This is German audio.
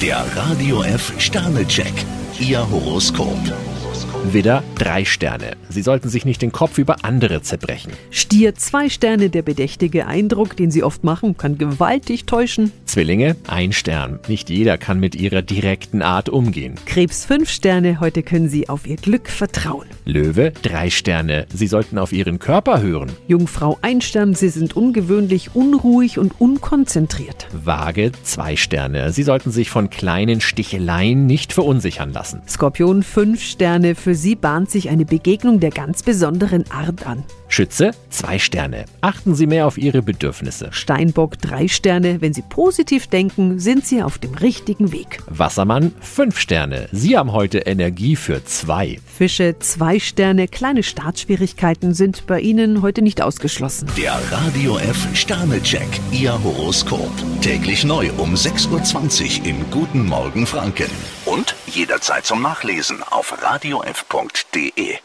Der Radio F Sternecheck, Ihr Horoskop. Widder, drei Sterne. Sie sollten sich nicht den Kopf über andere zerbrechen. Stier zwei Sterne, der bedächtige Eindruck, den sie oft machen, kann gewaltig täuschen. Zwillinge, ein Stern. Nicht jeder kann mit ihrer direkten Art umgehen. Krebs fünf Sterne, heute können sie auf ihr Glück vertrauen. Löwe, drei Sterne. Sie sollten auf ihren Körper hören. Jungfrau ein Stern, sie sind ungewöhnlich, unruhig und unkonzentriert. Waage, zwei Sterne. Sie sollten sich von kleinen Sticheleien nicht verunsichern lassen. Skorpion fünf Sterne, für sie bahnt sich eine Begegnung der ganz besonderen Art an. Schütze, zwei Sterne. Achten Sie mehr auf Ihre Bedürfnisse. Steinbock drei Sterne, wenn sie positiv denken, sind sie auf dem richtigen Weg. Wassermann, fünf Sterne. Sie haben heute Energie für zwei. Fische zwei Sterne, kleine Startschwierigkeiten sind bei ihnen heute nicht ausgeschlossen. Der Radio F Sternecheck, Ihr Horoskop. Täglich neu um 6.20 Uhr im Guten Morgen Franken. Und jederzeit zum Nachlesen auf radiof.de.